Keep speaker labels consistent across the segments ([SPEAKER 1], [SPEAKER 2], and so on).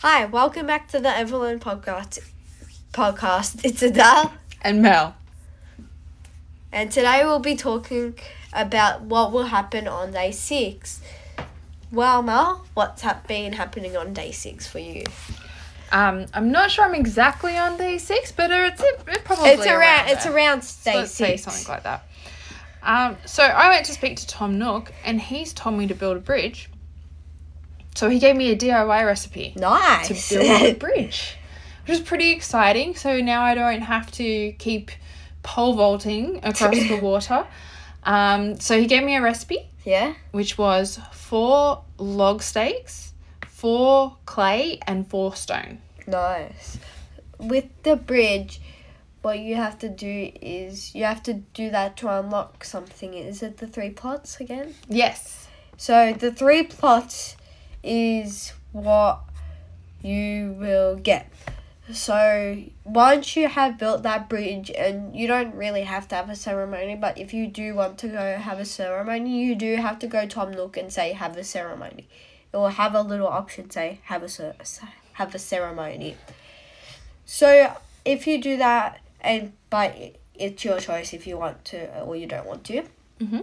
[SPEAKER 1] Hi, welcome back to the Evelyn podcast. Podcast. It's Adele,
[SPEAKER 2] and Mel.
[SPEAKER 1] and today we'll be talking about what will happen on day six. Well, Mel, what's hap been happening on day six for you?
[SPEAKER 2] Um, I'm not sure I'm exactly on day six, but it's it, it probably
[SPEAKER 1] it's around. It's
[SPEAKER 2] there.
[SPEAKER 1] around day
[SPEAKER 2] Let's say
[SPEAKER 1] six.
[SPEAKER 2] something like that. Um, so I went to speak to Tom Nook, and he's told me to build a bridge. So he gave me a DIY recipe
[SPEAKER 1] nice.
[SPEAKER 2] to build a bridge, which is pretty exciting. So now I don't have to keep pole vaulting across the water. Um, so he gave me a recipe.
[SPEAKER 1] yeah.
[SPEAKER 2] which was four log stakes, four clay, and four stone.
[SPEAKER 1] Nice. With the bridge, what you have to do is you have to do that to unlock something. Is it the three plots again?
[SPEAKER 2] Yes.
[SPEAKER 1] So the three plots is what you will get. So once you have built that bridge, and you don't really have to have a ceremony, but if you do want to go have a ceremony, you do have to go Tom Nook and say have a ceremony. It will have a little option say have a cer- have a ceremony. So if you do that, and but it's your choice if you want to or you don't want to
[SPEAKER 2] Mm-hmm.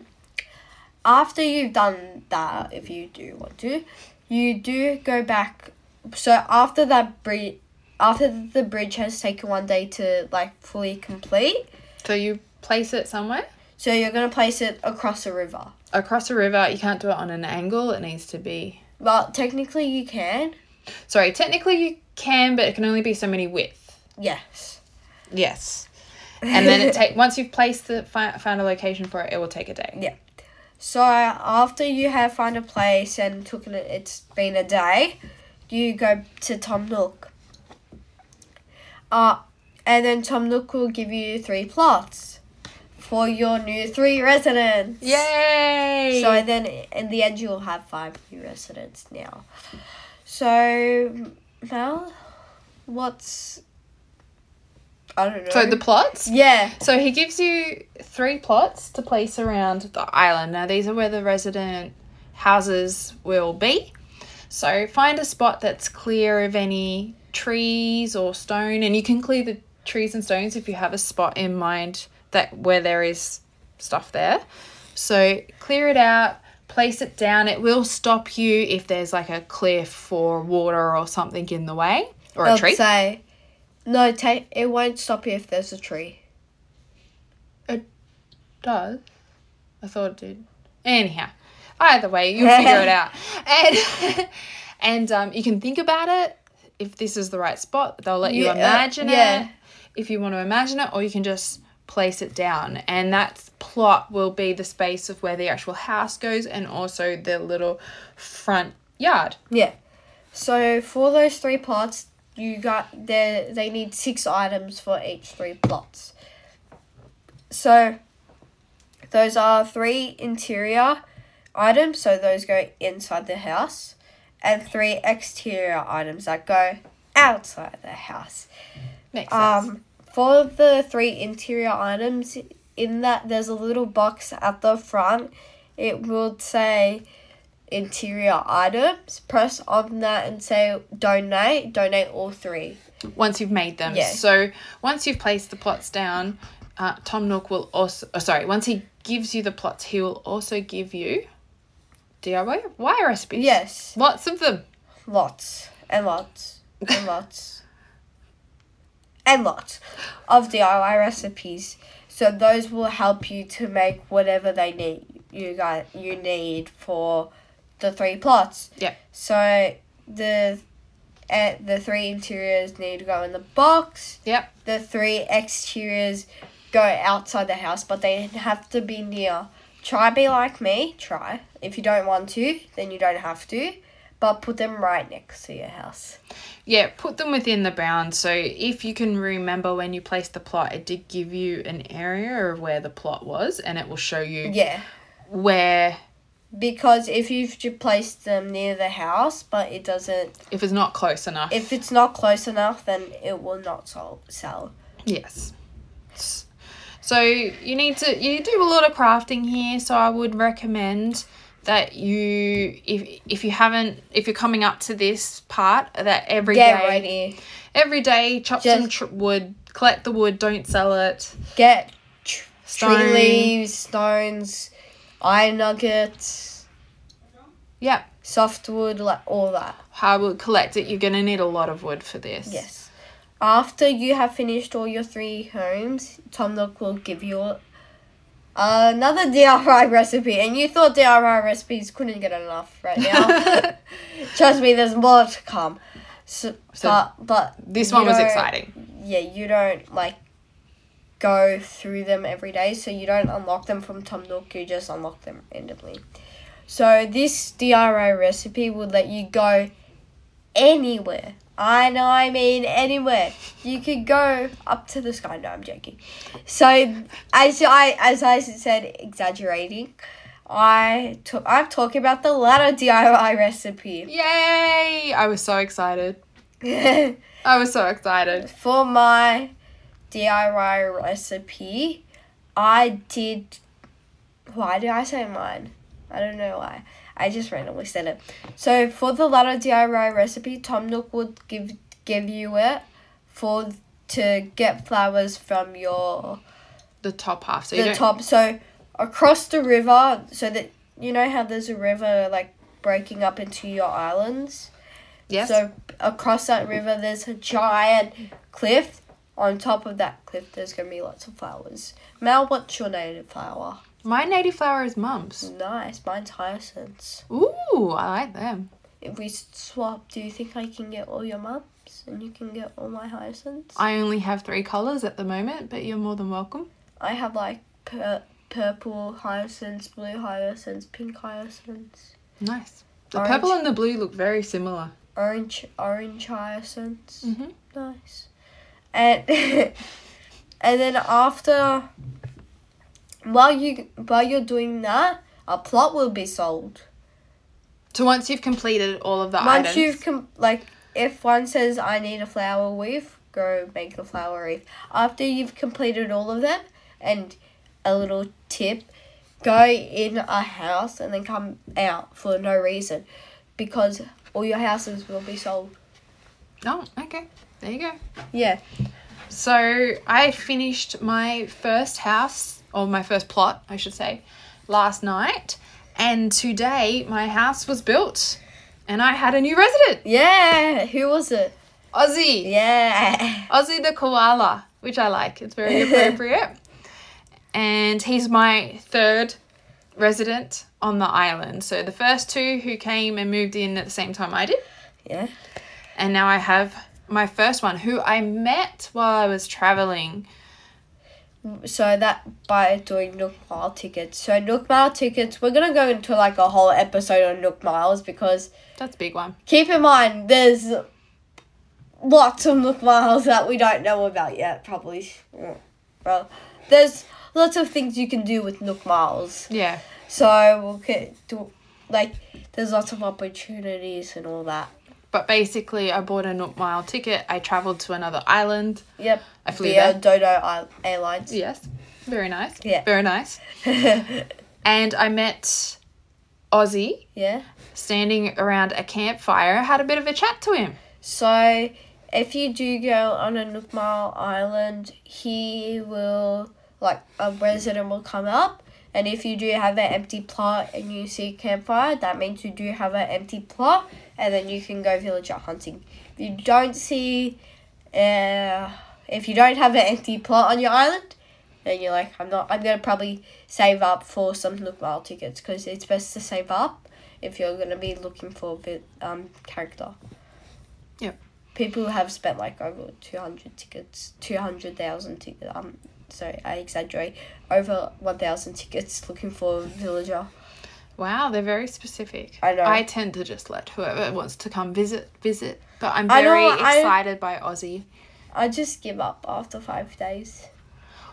[SPEAKER 1] after you've done that, if you do want to, you do go back. So after that bridge, after the bridge has taken one day to like fully complete,
[SPEAKER 2] So you place it somewhere
[SPEAKER 1] so you're gonna place it across a river.
[SPEAKER 2] across a river. You can't do it on an angle. It needs to be.
[SPEAKER 1] Well, technically you can.
[SPEAKER 2] Sorry, technically you can, but it can only be so many width.
[SPEAKER 1] Yes.
[SPEAKER 2] Yes. And then it take once you've placed the fi- found a location for it, it will take a day.
[SPEAKER 1] Yeah. So after you have found a place and took it, it's been a day, you go to Tom Nook. Uh, and then Tom Nook will give you three plots for your new three residents.
[SPEAKER 2] Yay!
[SPEAKER 1] So then in the end you'll have five new residents now. So Mel, what's I don't know.
[SPEAKER 2] so the plots.
[SPEAKER 1] yeah.
[SPEAKER 2] So he gives you three plots to place around the island. Now, these are where the resident houses will be. So find a spot that's clear of any trees or stone, and you can clear the trees and stones if you have a spot in mind that where there is stuff there. So clear it out, place it down. It will stop you if there's like a cliff or water or something in the way or a
[SPEAKER 1] I'd
[SPEAKER 2] tree.
[SPEAKER 1] say no. Take it won't stop you if there's a tree.
[SPEAKER 2] does. I thought it did. Anyhow, either way, you'll figure it out. And and um, you can think about it. If this is the right spot, they'll let you
[SPEAKER 1] Yeah,
[SPEAKER 2] imagine
[SPEAKER 1] yeah.
[SPEAKER 2] it. If you want to imagine it, or you can just place it down. And that plot will be the space of where the actual house goes and also the little front yard.
[SPEAKER 1] Yeah. So for those three plots, you got there. They need six items for each three plots. So those are three interior items. So those go inside the house, and three exterior items that go outside the house.
[SPEAKER 2] Makes sense.
[SPEAKER 1] Um, for the three interior items, in that there's a little box at the front. It will say interior items. Press on that and say donate. Donate all three.
[SPEAKER 2] once you've made them.
[SPEAKER 1] Yeah.
[SPEAKER 2] So once you've placed the plots down, uh, Tom Nook will also. Oh, sorry, once he gives you the plots, he will also give you DIY recipes.
[SPEAKER 1] Yes,
[SPEAKER 2] Lots of them.
[SPEAKER 1] lots and lots and lots and lots of DIY recipes. So those will help you to make whatever they need. You guys, you need for the three plots.
[SPEAKER 2] Yeah.
[SPEAKER 1] So the uh, the three interiors need to go in the box.
[SPEAKER 2] Yep.
[SPEAKER 1] The three exteriors go outside the house, but they have to be near. Try be like me. Try. If you don't want to, then you don't have to. But put them right next to your house.
[SPEAKER 2] Yeah, put them within the bounds. So if you can remember when you placed the plot, it did give you an area of where the plot was, and it will show you
[SPEAKER 1] Yeah.
[SPEAKER 2] where
[SPEAKER 1] Because if you've ju- placed them near the house, but it doesn't,
[SPEAKER 2] if it's not close enough.
[SPEAKER 1] if it's not close enough, then it will not sol- sell.
[SPEAKER 2] Yes. S- So you need to you do a lot of crafting here, so I would recommend that you if if you haven't if you're coming up to this part that every day
[SPEAKER 1] Get ready.
[SPEAKER 2] every day chop some
[SPEAKER 1] Just-
[SPEAKER 2] tr- wood, collect the wood, don't sell it.
[SPEAKER 1] Get tr- tree
[SPEAKER 2] Stone.
[SPEAKER 1] leaves, stones, iron nuggets,
[SPEAKER 2] Yep.
[SPEAKER 1] softwood, like all that.
[SPEAKER 2] Hardwood, collect it. You're going to need a lot of wood for this.
[SPEAKER 1] Yes. After you have finished all your three homes, Tom Nook will give you all- another DIY recipe. And you thought DIY recipes couldn't get enough right now. Trust me, there's more to come. So,
[SPEAKER 2] So
[SPEAKER 1] but, but
[SPEAKER 2] This
[SPEAKER 1] you
[SPEAKER 2] one was
[SPEAKER 1] don't-
[SPEAKER 2] exciting.
[SPEAKER 1] Yeah, you don't like go through them every day, so you don't unlock them from Tom Nook. You just unlock them randomly. So this DIY recipe would let you go anywhere. I know, I mean anywhere. You could go up to the sky. No, I'm joking. So as I as I said, exaggerating. I took. I'm talking about the latter DIY recipe.
[SPEAKER 2] Yay! I was so excited. I was so excited.
[SPEAKER 1] For my DIY recipe, I did. Why did I say mine? I don't know why. I just randomly said it. So for the latter DIY recipe, Tom Nook would give give you it for to get flowers from your
[SPEAKER 2] The top half. So you
[SPEAKER 1] the
[SPEAKER 2] don't.
[SPEAKER 1] top. So across the river, so that you know how there's a river like breaking up into your islands.
[SPEAKER 2] yes.
[SPEAKER 1] So across that river, there's a giant cliff. On top of that cliff, there's gonna be lots of flowers. Mel, what's your native flower?
[SPEAKER 2] My native flower is mums.
[SPEAKER 1] Nice, mine's hyacinths.
[SPEAKER 2] Ooh, I like them.
[SPEAKER 1] If we swap, do you think I can get all your mums and you can get all my hyacinths?
[SPEAKER 2] I only have three colours at the moment, but you're more than welcome.
[SPEAKER 1] I have like pur- purple hyacinths, blue hyacinths, pink hyacinths,
[SPEAKER 2] Nice. The
[SPEAKER 1] Orange.
[SPEAKER 2] purple and the blue look very similar.
[SPEAKER 1] orange orange hyacinths.
[SPEAKER 2] Mm-hmm.
[SPEAKER 1] Nice. And and then after while you while you're doing that, a plot will be sold.
[SPEAKER 2] So once you've completed all of the
[SPEAKER 1] Once
[SPEAKER 2] items,
[SPEAKER 1] you've com- like if one says I need a flower wreath, go make the flower wreath. After you've completed all of them and a little tip, go in a house and then come out for no reason because all your houses will be sold.
[SPEAKER 2] oh, okay, there you go.
[SPEAKER 1] Yeah.
[SPEAKER 2] So I finished my first house, or my first plot, I should say, last night. And today my house was built and I had a new resident,
[SPEAKER 1] Yeah. Who was it?
[SPEAKER 2] Ozzy.
[SPEAKER 1] Yeah.
[SPEAKER 2] Ozzy the koala, which I like. It's very appropriate. and he's my third resident on the island. So the first two who came and moved in at the same time I did.
[SPEAKER 1] Yeah.
[SPEAKER 2] And now I have my first one who I met while I was traveling.
[SPEAKER 1] so that by doing Nook Mile tickets. So Nook Mile tickets, we're gonna go into like a whole episode on Nook Miles because
[SPEAKER 2] That's a big one.
[SPEAKER 1] keep in mind there's lots of Nook Miles that we don't know about yet. Probably, Mm, well, there's lots of things you can do with Nook Miles.
[SPEAKER 2] Yeah.
[SPEAKER 1] So we'll get do like there's lots of opportunities and all that.
[SPEAKER 2] But basically, I bought a Nook Mile ticket. I travelled to another island.
[SPEAKER 1] Yep.
[SPEAKER 2] I flew
[SPEAKER 1] Via
[SPEAKER 2] there.
[SPEAKER 1] Dodo Isle- Airlines.
[SPEAKER 2] Yes. Very nice.
[SPEAKER 1] Yeah.
[SPEAKER 2] Very nice. And I met Ozzy
[SPEAKER 1] yeah.
[SPEAKER 2] standing around a campfire. Had a bit of a chat to him.
[SPEAKER 1] So, if you do go on a Nook Mile Island, he will, like, a resident will come up. And if you do have an empty plot and you see a campfire, that means you do have an empty plot, and then you can go villager hunting. If you don't see, uh, if you don't have an empty plot on your island, then you're like, I'm not, I'm gonna probably save up for some Nook Mile tickets because it's best to save up if you're gonna be looking for a bit, um, character people have spent like over 200 tickets 200,000 tickets um sorry I exaggerate over 1,000 tickets looking for a villager
[SPEAKER 2] Wow, they're very specific.
[SPEAKER 1] I know.
[SPEAKER 2] I tend to just let whoever wants to come visit visit. But I'm
[SPEAKER 1] I know,
[SPEAKER 2] very
[SPEAKER 1] I-
[SPEAKER 2] excited by Ozzy.
[SPEAKER 1] I just give up after 5 days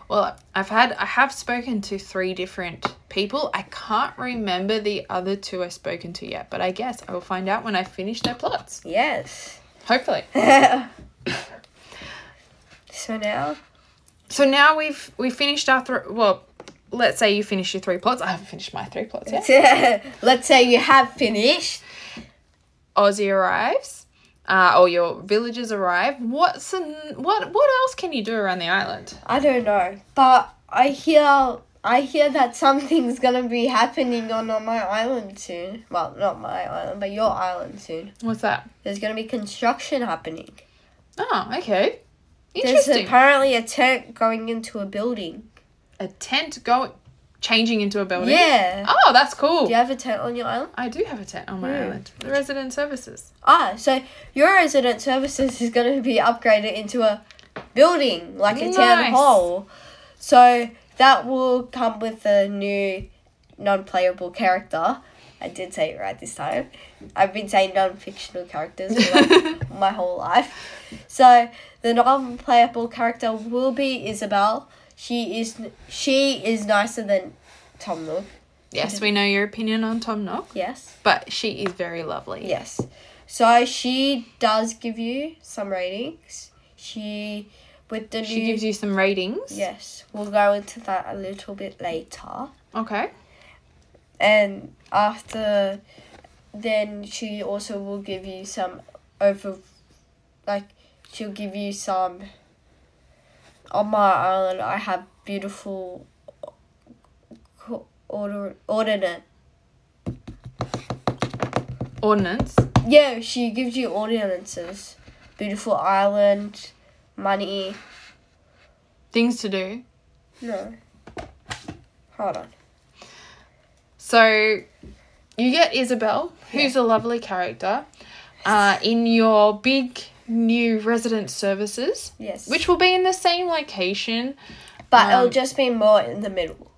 [SPEAKER 2] Well, I've had I have spoken to three different people. I can't remember the other two I've spoken to yet, but I guess I will find out when I finish their plots.
[SPEAKER 1] yes
[SPEAKER 2] Hopefully.
[SPEAKER 1] so now
[SPEAKER 2] So now we've we finished our thr well, let's say you finish your three plots. I haven't finished my three plots yet.
[SPEAKER 1] Let's say you have finished.
[SPEAKER 2] Aussie arrives, uh, or your villagers arrive. What's an, what what else can you do around the island?
[SPEAKER 1] I don't know, but I hear I hear that something's gonna be happening on, on my island soon. Well, not my island, but your island soon.
[SPEAKER 2] What's that?
[SPEAKER 1] There's gonna be construction happening.
[SPEAKER 2] Oh, okay.
[SPEAKER 1] There's
[SPEAKER 2] Interesting.
[SPEAKER 1] apparently a tent going into a building.
[SPEAKER 2] a tent going changing into a building.
[SPEAKER 1] Yeah.
[SPEAKER 2] Oh, that's cool.
[SPEAKER 1] Do you have a tent on your island?
[SPEAKER 2] I do have a tent on my
[SPEAKER 1] Hmm.
[SPEAKER 2] island. The resident services.
[SPEAKER 1] Ah, so your resident services is going to be upgraded into a building, like a town
[SPEAKER 2] Nice.
[SPEAKER 1] hall. So that will come with a new non playable character. I did say it right this time. I've been saying non fictional characters for like my whole life. So the non playable character will be Isabel. She is she is nicer than Tom Nook.
[SPEAKER 2] Yes, we know your opinion on Tom Nook,
[SPEAKER 1] Yes.
[SPEAKER 2] but she is very lovely.
[SPEAKER 1] Yes. So she does give you some ratings. She with the
[SPEAKER 2] She
[SPEAKER 1] new
[SPEAKER 2] gives you some ratings.
[SPEAKER 1] Yes. We'll go into that a little bit later.
[SPEAKER 2] Okay.
[SPEAKER 1] And after then she also will give you some over like she'll give you some on my island I have beautiful co- order ordinate
[SPEAKER 2] Ordnance.
[SPEAKER 1] Yeah, she gives you ordinances. Beautiful island, money.
[SPEAKER 2] Things to do.
[SPEAKER 1] No. Hold on.
[SPEAKER 2] So you get Isabel, who's a lovely character, uh, in your big new resident services,
[SPEAKER 1] Yes.
[SPEAKER 2] which will be in the same location.
[SPEAKER 1] but
[SPEAKER 2] um,
[SPEAKER 1] it'll just be more in the middle.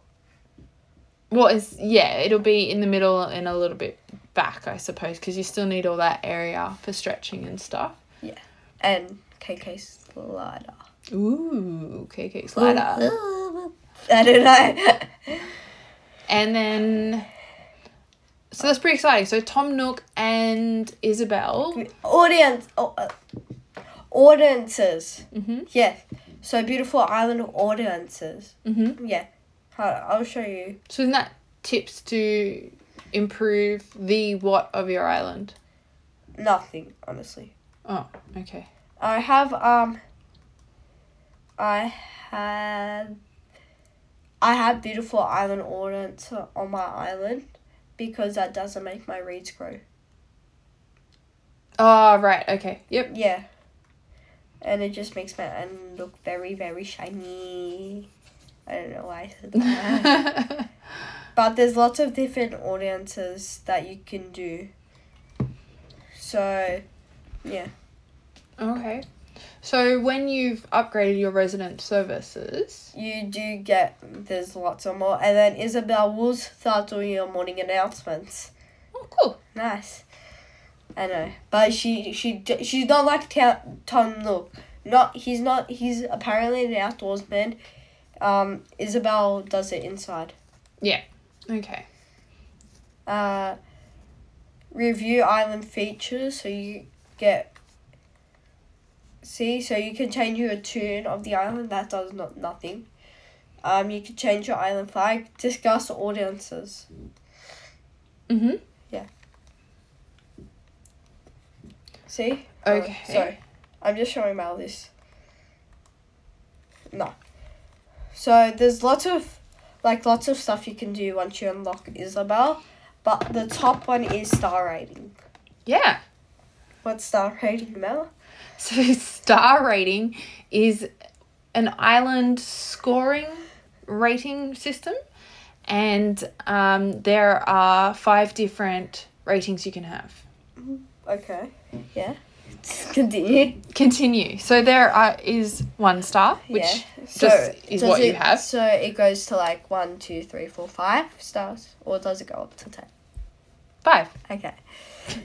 [SPEAKER 2] Well, it's, yeah, it'll be in the middle and a little bit back, I suppose, because you still need all that area for stretching and stuff.
[SPEAKER 1] And KK Slider.
[SPEAKER 2] Ooh, KK Slider.
[SPEAKER 1] I don't know.
[SPEAKER 2] And then. So that's pretty exciting. So Tom Nook and Isabel.
[SPEAKER 1] Audience. Oh, uh, ordinances.
[SPEAKER 2] Mm-hmm.
[SPEAKER 1] Yes. So beautiful island of ordinances.
[SPEAKER 2] Mm-hmm.
[SPEAKER 1] Yeah. Hold on. I'll show you.
[SPEAKER 2] So isn't that tips to improve the what of your island?
[SPEAKER 1] Nothing, honestly.
[SPEAKER 2] Oh, okay.
[SPEAKER 1] I have um I had I have beautiful island ordnance on my island because that doesn't make my reeds grow.
[SPEAKER 2] Oh, right. Okay. Yep.
[SPEAKER 1] Yeah. And it just makes my island look very, very shiny. I don't know why I said that. but there's lots of different ordinances that you can do. So
[SPEAKER 2] okay. So when you've upgraded your resident services,
[SPEAKER 1] you do get there's lots of more and then Isabel will start doing your morning announcements.
[SPEAKER 2] oh, cool.
[SPEAKER 1] Nice. I know, but she she d- she's not like Ta- Tom Nook. Not he's not he's apparently an outdoorsman. Um, Isabel does it inside.
[SPEAKER 2] Okay.
[SPEAKER 1] Uh, review island features so you get. See, so you can change your tune of the island. That does not nothing. Um, you can change your island flag. Discuss audiences.
[SPEAKER 2] Mhm.
[SPEAKER 1] See. Alright,
[SPEAKER 2] Okay.
[SPEAKER 1] Sorry. I'm just showing Mal this. No. So there's lots of like lots of stuff you can do once you unlock Isabel, but the top one is star rating.
[SPEAKER 2] Yeah.
[SPEAKER 1] What's star rating, Mel?
[SPEAKER 2] So star rating is an island scoring rating system, and um, there are five different ratings you can have.
[SPEAKER 1] Okay. Yeah. Continue.
[SPEAKER 2] Continue. So there are, is one star, which
[SPEAKER 1] yeah.
[SPEAKER 2] just is
[SPEAKER 1] does
[SPEAKER 2] what you
[SPEAKER 1] it-
[SPEAKER 2] have.
[SPEAKER 1] So it goes to like one, two, three, four, five stars, or does it go up to ten?
[SPEAKER 2] five.
[SPEAKER 1] Okay.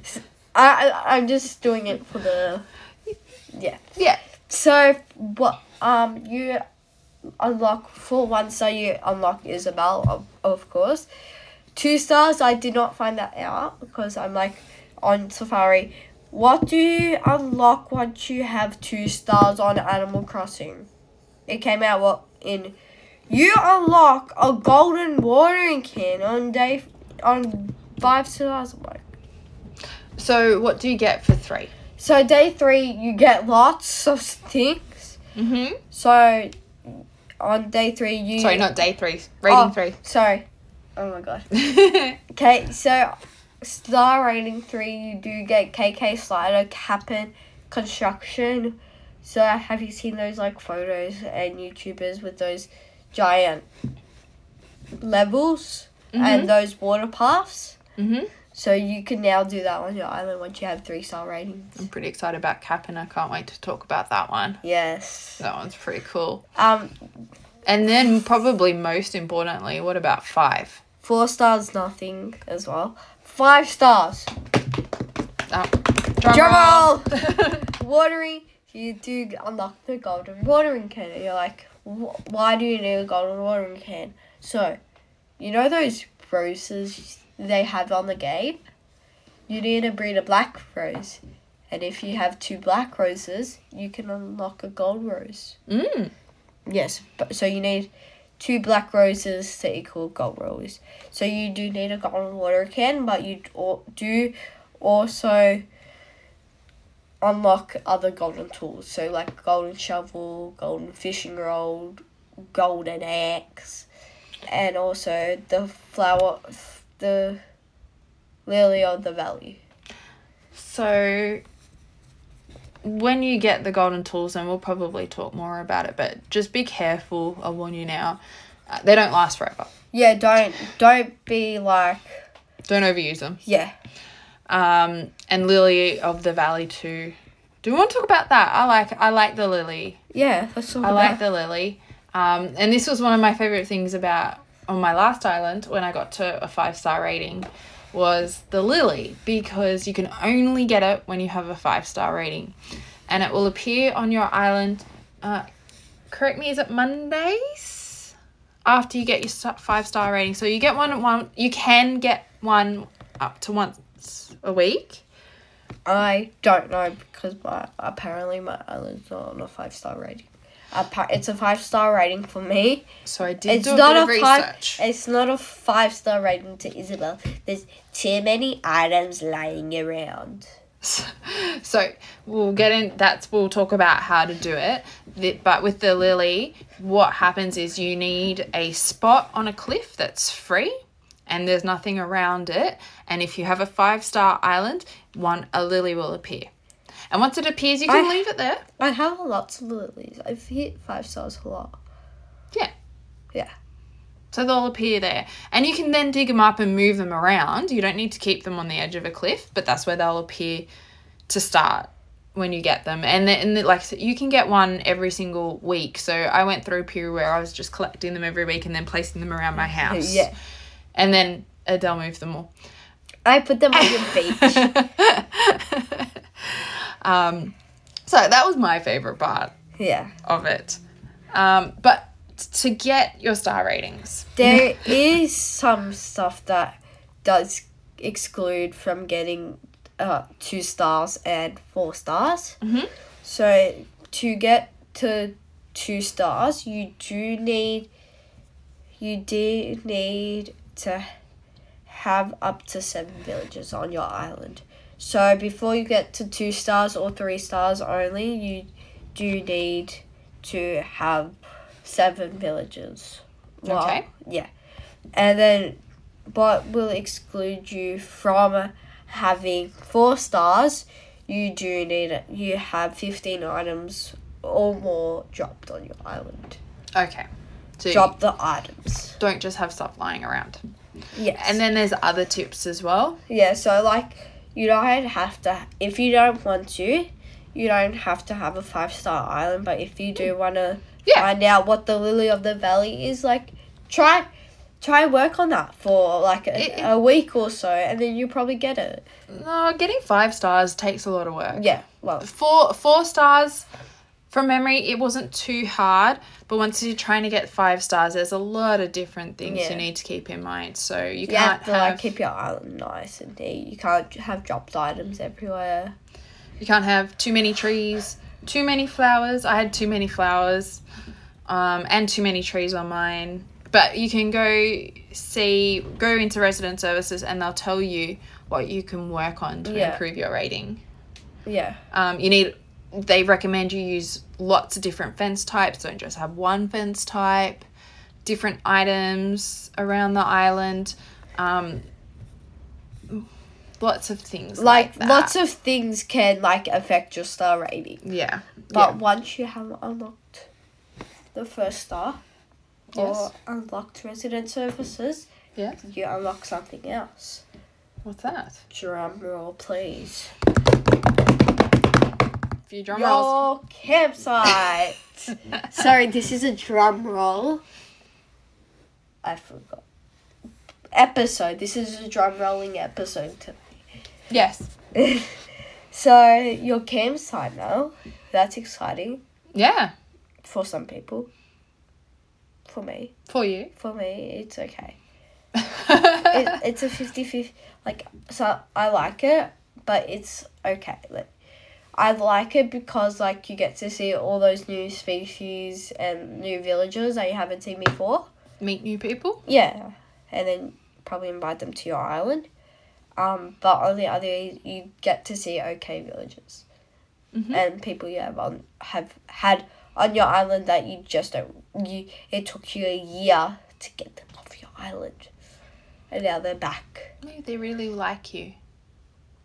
[SPEAKER 1] I, I I'm just doing it for the
[SPEAKER 2] Yeah.
[SPEAKER 1] So what um you unlock for one star you unlock Isabel of, of course. Two stars I did not find that out because I'm like on Safari. What do you unlock once you have two stars on Animal Crossing? It came out what in You unlock a golden watering can on day on five stars away.
[SPEAKER 2] So what do you get for three?
[SPEAKER 1] So day three, you get lots of things.
[SPEAKER 2] Mm-hmm.
[SPEAKER 1] So on day three, you
[SPEAKER 2] Sorry, not day three. Mm-hmm. Rating
[SPEAKER 1] Oh, Sorry. Oh my god.
[SPEAKER 2] three.
[SPEAKER 1] Okay, so star rating three, you do get KK Slider, Cap'n, Construction. So have you seen those like photos and YouTubers with those giant levels
[SPEAKER 2] Mm-hmm.
[SPEAKER 1] and uh, those water paths?
[SPEAKER 2] hmm
[SPEAKER 1] So you can now do that on your island once you have three star ratings.
[SPEAKER 2] I'm pretty excited about Cap, and I can't wait to talk about that one.
[SPEAKER 1] Yes.
[SPEAKER 2] That one's pretty cool.
[SPEAKER 1] Um,
[SPEAKER 2] And then probably most importantly, what about five?
[SPEAKER 1] four stars, nothing as well. Five stars.
[SPEAKER 2] Drum
[SPEAKER 1] Drum
[SPEAKER 2] roll.
[SPEAKER 1] watering. You do unlock the golden watering can. And you're like, "Wh- why do you need a golden watering can? So, you know those roses they have on the game? You need to breed a black rose. And if you have two black roses, you can unlock a gold rose.
[SPEAKER 2] mm.
[SPEAKER 1] Yes, but so you need two black roses to equal gold rose. So you do need a golden water can, but you al- do also unlock other golden tools. So like golden shovel, golden fishing rod, golden axe, and also the flower, the lily of the valley.
[SPEAKER 2] So when you get the golden tools, and we'll probably talk more about it, but just be careful. I warn you now. Uh, they don't last forever.
[SPEAKER 1] Yeah, don't don't be like
[SPEAKER 2] Don't overuse them.
[SPEAKER 1] yeah.
[SPEAKER 2] Um, and Lily of the Valley too. Do we want to talk about that? I like I like the Lily.
[SPEAKER 1] Yeah, that's all.
[SPEAKER 2] I like the lily. Um, and this was one of my favorite things about on my last island when I got to a five star rating was the lily because you can only get it when you have a five star rating, and it will appear on your island. Uh, correct me, is it Mondays after you get your five star rating? So you get one one. You can get one up to once a week.
[SPEAKER 1] I don't know because my apparently my island's not on a five star rating. Appa- It's a five star rating for me.
[SPEAKER 2] So I did
[SPEAKER 1] It's
[SPEAKER 2] do a
[SPEAKER 1] not
[SPEAKER 2] bit
[SPEAKER 1] a
[SPEAKER 2] of
[SPEAKER 1] five.
[SPEAKER 2] research.
[SPEAKER 1] It's not a five star rating to Isabel. There's too many items lying around.
[SPEAKER 2] So we'll get in. That's we'll talk about how to do it. The- But with the lily, what happens is you need a spot on a cliff that's free, and there's nothing around it. And if you have a five star island, one a lily will appear. And once it appears, you can
[SPEAKER 1] I-
[SPEAKER 2] leave it there.
[SPEAKER 1] I have lots of lilies. I've hit five stars a lot.
[SPEAKER 2] Yeah.
[SPEAKER 1] Yeah.
[SPEAKER 2] So they'll appear there, and you can then dig them up and move them around. You don't need to keep them on the edge of a cliff, but that's where they'll appear to start when you get them. And then, and the, like so you can get one every single week. So I went through a period where I was just collecting them every week and then placing them around my house.
[SPEAKER 1] Yeah.
[SPEAKER 2] And then Adele moved them all.
[SPEAKER 1] I put them on your beach.
[SPEAKER 2] Um, so that was my favorite part
[SPEAKER 1] Yeah.
[SPEAKER 2] of it. Um, but t- to get your star ratings.
[SPEAKER 1] There is some stuff that does exclude from getting uh, two stars and four stars.
[SPEAKER 2] Mhm.
[SPEAKER 1] So to get to two stars, you do need you do need to have up to seven villages on your island. So before you get to two stars or three stars only, you do need to have seven villages. Well,
[SPEAKER 2] Okay.
[SPEAKER 1] Yeah. And then what will exclude you from having four stars, you do need it. You have 15 items or more dropped on your island.
[SPEAKER 2] Okay. So
[SPEAKER 1] Drop the items.
[SPEAKER 2] don't just have stuff lying around.
[SPEAKER 1] Yes.
[SPEAKER 2] And then there's other tips as well.
[SPEAKER 1] Yeah, so like you don't have to if you don't want to, you don't have to have a five star island, but if you do wanna
[SPEAKER 2] Mm. Yeah.
[SPEAKER 1] find out what the lily of the valley is like, try try work on that for like
[SPEAKER 2] It- it-
[SPEAKER 1] a, a week or so and then you'll probably get it.
[SPEAKER 2] No, getting five stars takes a lot of work.
[SPEAKER 1] Yeah, well
[SPEAKER 2] Four four stars from memory, it wasn't too hard, but once you're trying to get five stars, there's a lot of different things
[SPEAKER 1] Yeah.
[SPEAKER 2] you need to keep in mind. So you
[SPEAKER 1] you have
[SPEAKER 2] can't
[SPEAKER 1] to
[SPEAKER 2] have
[SPEAKER 1] like keep your island nice and neat. You can't have dropped items everywhere.
[SPEAKER 2] you can't have too many trees, too many flowers. I had too many flowers. um, and too many trees on mine. But you can go see, go into resident services, and they'll tell you what you can work on to
[SPEAKER 1] Yeah.
[SPEAKER 2] improve your rating.
[SPEAKER 1] Yeah.
[SPEAKER 2] Um, you need, they recommend you use lots of different fence types. Don't just have one fence type. Different items around the island. Um, lots of things like,
[SPEAKER 1] Like,
[SPEAKER 2] that.
[SPEAKER 1] lots of things can like affect your star rating.
[SPEAKER 2] yeah.
[SPEAKER 1] But
[SPEAKER 2] yeah.
[SPEAKER 1] once you have unlocked the first star
[SPEAKER 2] Yes.
[SPEAKER 1] or unlocked resident services,
[SPEAKER 2] Yeah.
[SPEAKER 1] you unlock something else.
[SPEAKER 2] What's that?
[SPEAKER 1] Drum roll, please.
[SPEAKER 2] few drum rolls.
[SPEAKER 1] Your campsite. Sorry, this is a drum roll. I forgot. Episode. This is a drum rolling episode. To-
[SPEAKER 2] Yes.
[SPEAKER 1] so your campsite now. That's exciting
[SPEAKER 2] Yeah.
[SPEAKER 1] for some people. For me,
[SPEAKER 2] For you.
[SPEAKER 1] for me, it's okay. It,
[SPEAKER 2] yeah.
[SPEAKER 1] it's a 50-50. Like so, I like it, but it's okay. Like, I like it because like you get to see all those new species and new villages that you haven't seen before.
[SPEAKER 2] Meet new people.
[SPEAKER 1] Yeah, and then probably invite them to your island. Um, but on the other, hand, you get to see okay villages
[SPEAKER 2] Mhm.
[SPEAKER 1] and people you have on have had on your island that you just don't. You it took you a year to get them off your island, and now they're back.
[SPEAKER 2] No, they really like you.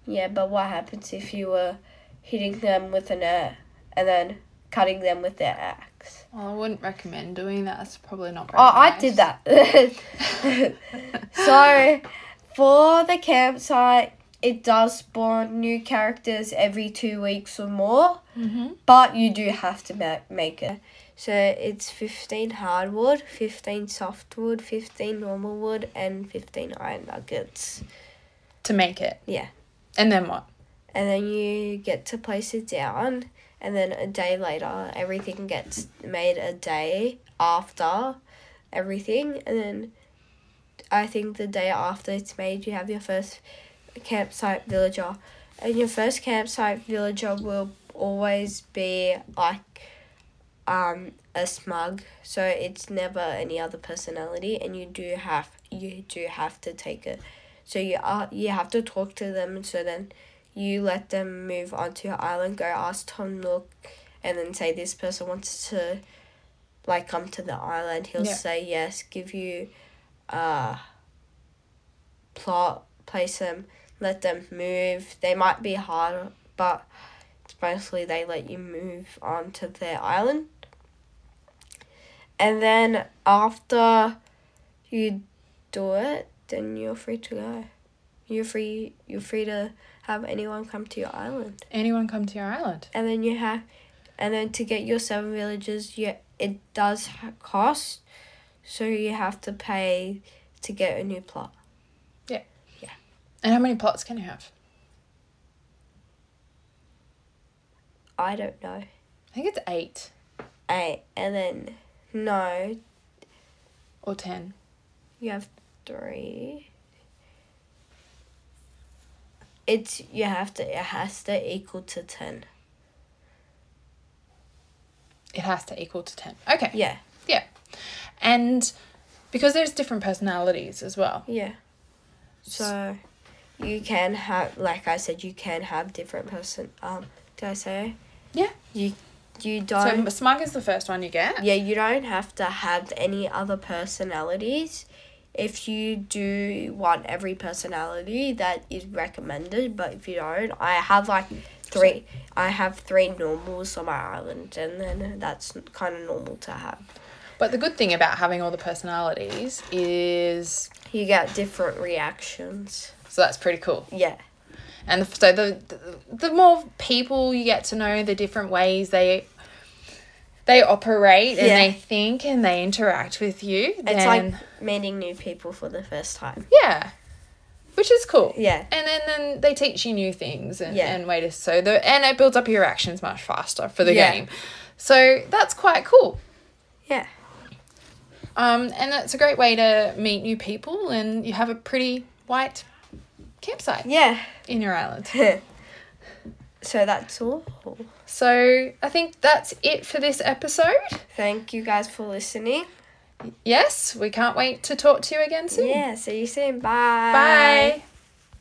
[SPEAKER 1] Yeah, but what happens if you were hitting them with an air and then cutting them with their axe?
[SPEAKER 2] Well, I wouldn't recommend doing that. It's probably not very
[SPEAKER 1] Oh, I
[SPEAKER 2] nice.
[SPEAKER 1] did that. So, for the campsite, it does spawn new characters every two weeks or more,
[SPEAKER 2] Mhm.
[SPEAKER 1] but you do have to ma- make it. So, it's 15 hardwood, 15 softwood, 15 normal wood, and 15 iron nuggets.
[SPEAKER 2] To make it.
[SPEAKER 1] Yeah.
[SPEAKER 2] And then what?
[SPEAKER 1] And then you get to place it down, and then a day later, everything gets made a day after everything. And then I think the day after it's made, you have your first campsite villager. And your first campsite villager will always be like um, a smug, so it's never any other personality, and you do have you do have to take it. So you are you have to talk to them, so then you let them move onto your island. Go ask Tom Nook, and then say this person wants to, like, come to the island. He'll
[SPEAKER 2] Yeah.
[SPEAKER 1] say yes. Give you, uh. Plot place them, let them move. They might be hard, but it's mostly they let you move onto their island. And then after you do it, then you're free to go. You're free. You're free to have anyone come to your island,
[SPEAKER 2] Anyone come to your island?
[SPEAKER 1] and then you have, and then to get your seven villages, you it does ha- cost, so you have to pay to get a new plot.
[SPEAKER 2] And how many plots can you have?
[SPEAKER 1] I don't know.
[SPEAKER 2] I think it's eight
[SPEAKER 1] Eight, and then no,
[SPEAKER 2] or ten.
[SPEAKER 1] you have three. It's you have to. It has to equal to ten.
[SPEAKER 2] It has to equal to ten. Okay.
[SPEAKER 1] Yeah,
[SPEAKER 2] Yeah. And because there's different personalities as well.
[SPEAKER 1] yeah. So, you can have, like I said, you can have different person. Um, did I say?
[SPEAKER 2] Yeah.
[SPEAKER 1] You, you
[SPEAKER 2] So
[SPEAKER 1] don't.
[SPEAKER 2] smug is the first one you get.
[SPEAKER 1] yeah, you don't have to have any other personalities. If you do want every personality, that is recommended. But if you don't, I have like three. I have three normals on my island, and then that's kind of normal to have.
[SPEAKER 2] But the good thing about having all the personalities is
[SPEAKER 1] You get different reactions.
[SPEAKER 2] so that's pretty cool.
[SPEAKER 1] Yeah,
[SPEAKER 2] and the, so the, the the more people you get to know the different ways they they operate and
[SPEAKER 1] Yeah.
[SPEAKER 2] they think and they interact with you then,
[SPEAKER 1] it's like meeting new people for the first time.
[SPEAKER 2] yeah which is cool
[SPEAKER 1] Yeah.
[SPEAKER 2] and then, then they teach you new things and,
[SPEAKER 1] Yeah.
[SPEAKER 2] and way to so the and it builds up your actions much faster for the
[SPEAKER 1] Yeah.
[SPEAKER 2] game so that's quite cool
[SPEAKER 1] Yeah.
[SPEAKER 2] um, and that's a great way to meet new people and you have a pretty white campsite
[SPEAKER 1] Yeah.
[SPEAKER 2] in your island
[SPEAKER 1] So that's all.
[SPEAKER 2] So I think that's it for this episode.
[SPEAKER 1] Thank you guys for listening.
[SPEAKER 2] Yes, we can't wait to talk to you again soon.
[SPEAKER 1] Yeah, see you soon. Bye.
[SPEAKER 2] Bye.